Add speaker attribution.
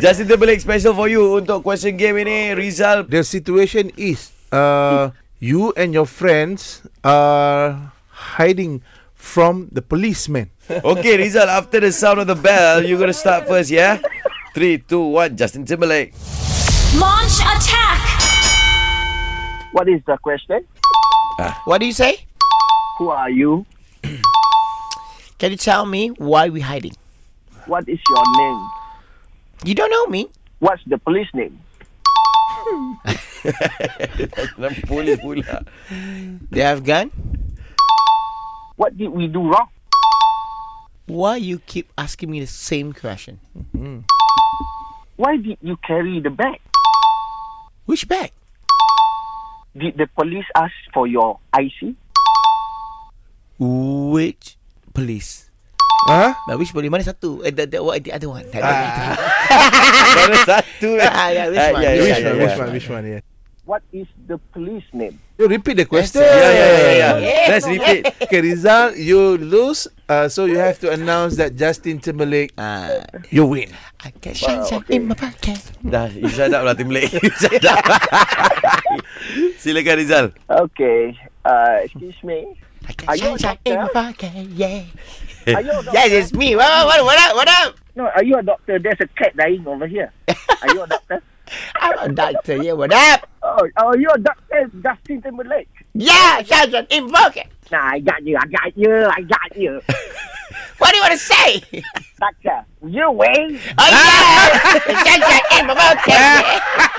Speaker 1: Justin Timberlake special for you untuk question game ini Rizal
Speaker 2: The situation is uh, you and your friends are hiding from the policeman.
Speaker 1: Okay Rizal after the sound of the bell you're gonna start first yeah 3, 2, 1 Justin Timberlake
Speaker 3: Launch attack!
Speaker 4: What is the question?
Speaker 5: What do you say?
Speaker 4: Who are you?
Speaker 5: Can you tell me why we hiding?
Speaker 4: What is your name?
Speaker 5: You don't know me.
Speaker 4: What's the police name?
Speaker 1: Dan polis pula
Speaker 5: They have gun.
Speaker 4: What did we do wrong?
Speaker 5: Why you keep asking me the same question?
Speaker 4: Why did you carry the bag?
Speaker 5: Which bag?
Speaker 4: Did the police ask for your IC?
Speaker 5: Which police?
Speaker 2: Huh?
Speaker 5: But which police? Mana satu? Eh, the, the, what, the other one. The other one.
Speaker 1: Baru satu eh?
Speaker 5: Ah, yeah, which one?
Speaker 1: yeah,
Speaker 5: Which
Speaker 1: yeah,
Speaker 2: Which one?
Speaker 1: yeah.
Speaker 2: Which one? Which one? Yeah.
Speaker 4: What is the police name?
Speaker 2: You repeat the question.
Speaker 1: Yeah yeah yeah yeah Let's repeat
Speaker 2: Okay, result you lose. Uh, so you have to announce that Justin Timberlake uh,
Speaker 5: Ah,
Speaker 2: you win.
Speaker 5: I got shine shine in my pocket.
Speaker 1: Dah you shut up lah Timberlake You shut up Silakan Rizal
Speaker 4: Okay, uh, excuse me. Are
Speaker 5: I got
Speaker 4: you a
Speaker 5: shine shine in my
Speaker 4: doctor?
Speaker 5: pocket. Yeah.
Speaker 4: Are you a doctor?
Speaker 5: Yes, it's me. What, what, what up? What up?
Speaker 4: No, are you a doctor? There's a cat dying over here. Are you a doctor?
Speaker 5: I'm a doctor. Yeah. What up?
Speaker 4: Oh, are you a doctor, Justin Timberlake?
Speaker 5: Yeah, shine shine in my pocket.
Speaker 4: Nah, I got you. I got you. I got you.
Speaker 5: What do you want to say?
Speaker 4: Doctor, you win.
Speaker 5: Oh yeah, shine shine in my pocket.